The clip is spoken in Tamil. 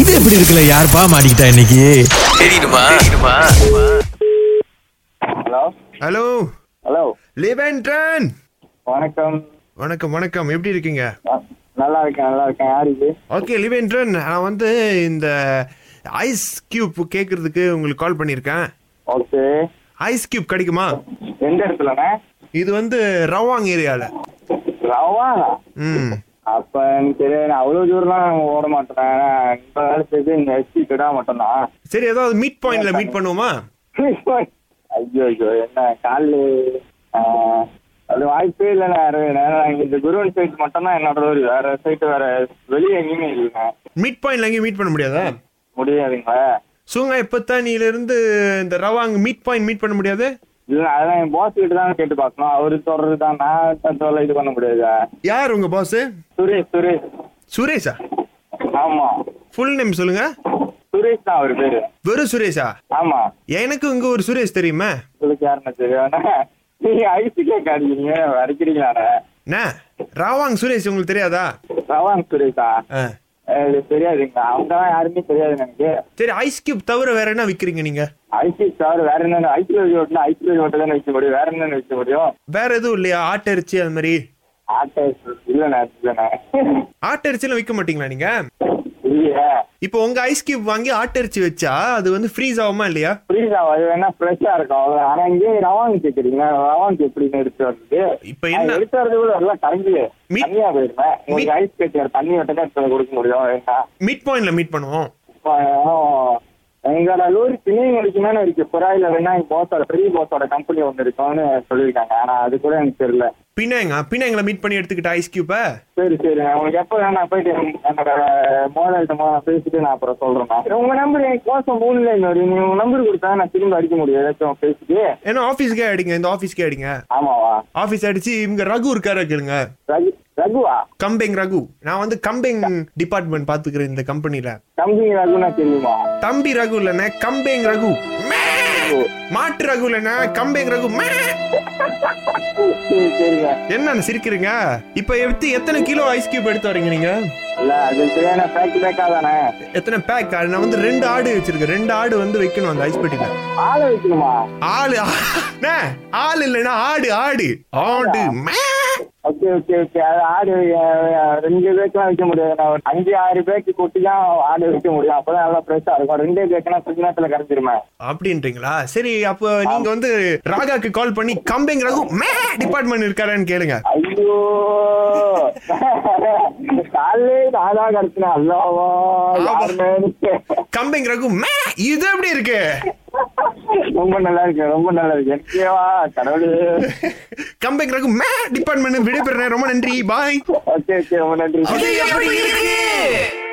இது எப்படி இருக்குல்ல யாருப்பா மாட்டிக்கிட்டா இன்னைக்கு ஹலோ ஹலோ ஹலோ லிபென்டன் வணக்கம் வணக்கம் வணக்கம் எப்படி இருக்கீங்க ந- நல்லா இருக்கேன் நல்லா இருக்கேன் யார் இது ஓகே லிபென்டன் நான் வந்து இந்த ஐஸ் கியூப் கேட்கறதுக்கு உங்களுக்கு கால் பண்ணியிருக்கேன் ஓகே ஐஸ் கியூப் கிடைக்குமா எந்த இடத்துலண்ணே இது வந்து ரவாங் ஏரியால ரவானா ம் அப்ப எனக்கு தெரியாது நான் அவ்வளவு தூரம்லாம் நம்ம ஓட மாட்டேன் ஏன்னா இந்த வேலை செய்து இந்த எஸ்பி கிடா மட்டும்தான் சரி ஏதாவது மீட் பாயிண்ட்ல மீட் பண்ணுவோமா ஐயோ ஐயோ என்ன கால் அது வாய்ப்பே இல்லைண்ணே நான் இந்த குருவன் சைட் மட்டும்தான் என்னோட ரோடு வேற சைட்டு வேற வெளியே எங்கேயுமே இல்லைங்க மீட் பாயிண்ட்ல எங்கேயும் மீட் பண்ண முடியாதா முடியாதுங்களா சூங்காய் பத்தானியில இருந்து இந்த ரவாங் மீட் பாயிண்ட் மீட் பண்ண முடியாது இல்ல அதெல்லாம் என் பாஸ் கிட்ட தான் கேட்டு பார்க்கணும் அவரு சொல்றது தான் நான் சொல்ல இது பண்ண முடியாது யார் உங்க பாஸ் சுரேஷ் சுரேஷ் சுரேஷா ஆமா ஃபுல் நேம் சொல்லுங்க சுரேஷ் தான் அவர் பேரு வெறும் சுரேஷா ஆமா எனக்கு இங்க ஒரு சுரேஷ் தெரியுமா உங்களுக்கு யாருன்னு தெரியும் நீங்க ஐசி கேக் அடிக்கிறீங்க வரைக்கிறீங்களாண்ணே என்ன ராவாங் சுரேஷ் உங்களுக்கு தெரியாதா ரவான் சுரேஷா ஆ. அது தெரியாதுங்க அவங்க தான் யாருமே தெரியாது எனக்கு சரி ஐஸ் கியூப் தவிர வேற என்ன விக்கிறீங்க நீங்க ஐசி சார் வேற என்ன ஐசி வழி ஓட்டுனா ஐசி வழி ஓட்டு தானே வைக்க முடியும் வேற என்னன்னு வைக்க முடியும் வேற எதுவும் இல்லையா ஆட்டரிச்சி அது மாதிரி ஆட்டோ இல்லண்ணே இல்லண்ணே ஆட்டரிச்சிலாம் விற்க மாட்டீங்களா நீங்க இல்லையே இப்போ உங்க ஐஸ் கியூப் வாங்கி ஆட்டரிச்சி வச்சா அது வந்து ஃப்ரீஸ் ஆகுமா இல்லையா புரியுதா அது வேணா ஃப்ரெஷ்ஷா இருக்கும் அவ்வளவு. ஆனா இங்கே ரவான் கேக்குறீங்க ரவான் எப்படின்னு எடுத்து வருது இப்ப என்ன? அது எடுத்து வரது கூட எல்லாம் கரைஞ்சு மீ- தண்ணியா போயிருவேன் உங்களுக்கு ஐஸ் கேட்டு தண்ணி விட்டு தான் கொடுக்க முடியும் வேணா மிட் பாயிண்ட்ல மீட் பண்ணுவோம் எங்களோட லோரி பிள்ளைங்களுக்கு மேல இருக்கு புறாயில வேணா போஸோட பெரிய போஸோட கம்பெனி ஒன்று இருக்கும்னு சொல்லியிருக்காங்க ஆனா அது கூட எனக்கு தெரியல பினாங்க பினாங்களை மீட் பண்ணி எடுத்துக்கிட்ட ஐஸ் கியூப்பை சரி சரி உங்களுக்கு எப்போ வேணா நான் போயிட்டு என்னோட மோதல்கிட்ட மோ பேசிட்டு நான் அப்புறம் சொல்றேன் உங்க நம்பர் எனக்கு கோசம் மூணுல இன்னொரு நீங்க உங்க நம்பர் கொடுத்தா நான் திரும்ப அடிக்க முடியும் ஏதாச்சும் பேசிட்டு ஏன்னா ஆஃபீஸ்க்கே அடிங்க இந்த ஆஃபீஸ்க்கே அடிங்க ஆமாவா ஆஃபீஸ் அடிச்சு இவங்க ரகு இருக்காரு கேளுங்க ரகு ரகுவா கம்பெங் ரகு நான் வந்து கம்பெங் டிபார்ட்மெண்ட் பாத்துக்கிறேன் இந்த கம்பெனில தம்பி ரகுனா தெரியுமா தம்பி ரகு இல்லைன்னா கம்பேங் ரகு மே! மாட்டு ரகு இல்லைன்னா கம்பேங் ரகு மே! சரி சரிங்க என்ன சிரிக்கிறீங்க இப்ப எடுத்து எத்தனை கிலோ ஐஸ் கியூப் எடுத்து வரீங்க நீங்க இல்ல அது சரியான பேக் பேக்கா தானே எத்தனை பேக் நான் வந்து ரெண்டு ஆடு வச்சிருக்கேன் ரெண்டு ஆடு வந்து வைக்கணும் அந்த ஐஸ் பெட்டில ஆள வைக்கணுமா ஆளு அண்ணே, ஆள் இல்லைன்னா ஆடு ஆடு ஆடு மே! ஓகே ஓகே ஓகே அது ஆடு அஹ், ரெண்டு பேக்கெல்லாம் வைக்க முடியாது நான் ஒரு அஞ்சு ஆறு பேக்கு கொட்டி தான் ஆடு வைக்க முடியும் அப்பதான் நல்லா ஃப்ரெஷ்ஷா இருக்கும் ரெண்டே பேக்கெல்லாம் கொஞ்ச நேரத்துல கரைஞ்சிருமே அப்படின்றீங்களா சரி அப்போ நீங்க வந்து ராகாக்கு கால் பண்ணி கம்பேங் ரகு மே டிபார்ட்மெண்ட் இருக்காரான்னு கேளுங்க ஐயோ காலே நானா கரைச்சினா அல்லவா யாருமே கம்பேங் ரகு மே இது எப்படி இருக்கு ரொம்ப நல்லா இருக்கு ரொம்ப நல்லா இருக்கு எனக்கேவா கடவுளே கம்பேங் ரகு மே டிபார்ட்மெண்ட் விடைபெறேன் ரொம்ப நன்றி பாய் ஓகே ஓகே ரொம்ப நன்றி அது எப்படி இருக்கு